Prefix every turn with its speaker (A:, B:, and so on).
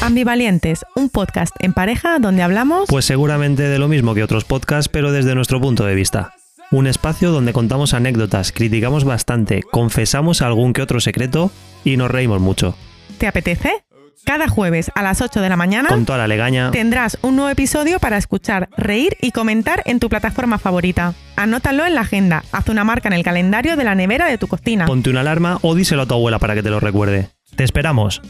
A: Ambivalientes, un podcast en pareja donde hablamos
B: Pues seguramente de lo mismo que otros podcasts, pero desde nuestro punto de vista. Un espacio donde contamos anécdotas, criticamos bastante, confesamos algún que otro secreto y nos reímos mucho.
A: ¿Te apetece? Cada jueves a las 8 de la mañana
B: Con toda la legaña,
A: tendrás un nuevo episodio para escuchar, reír y comentar en tu plataforma favorita. Anótalo en la agenda, haz una marca en el calendario de la nevera de tu cocina.
B: ponte una alarma o díselo a tu abuela para que te lo recuerde. Te esperamos.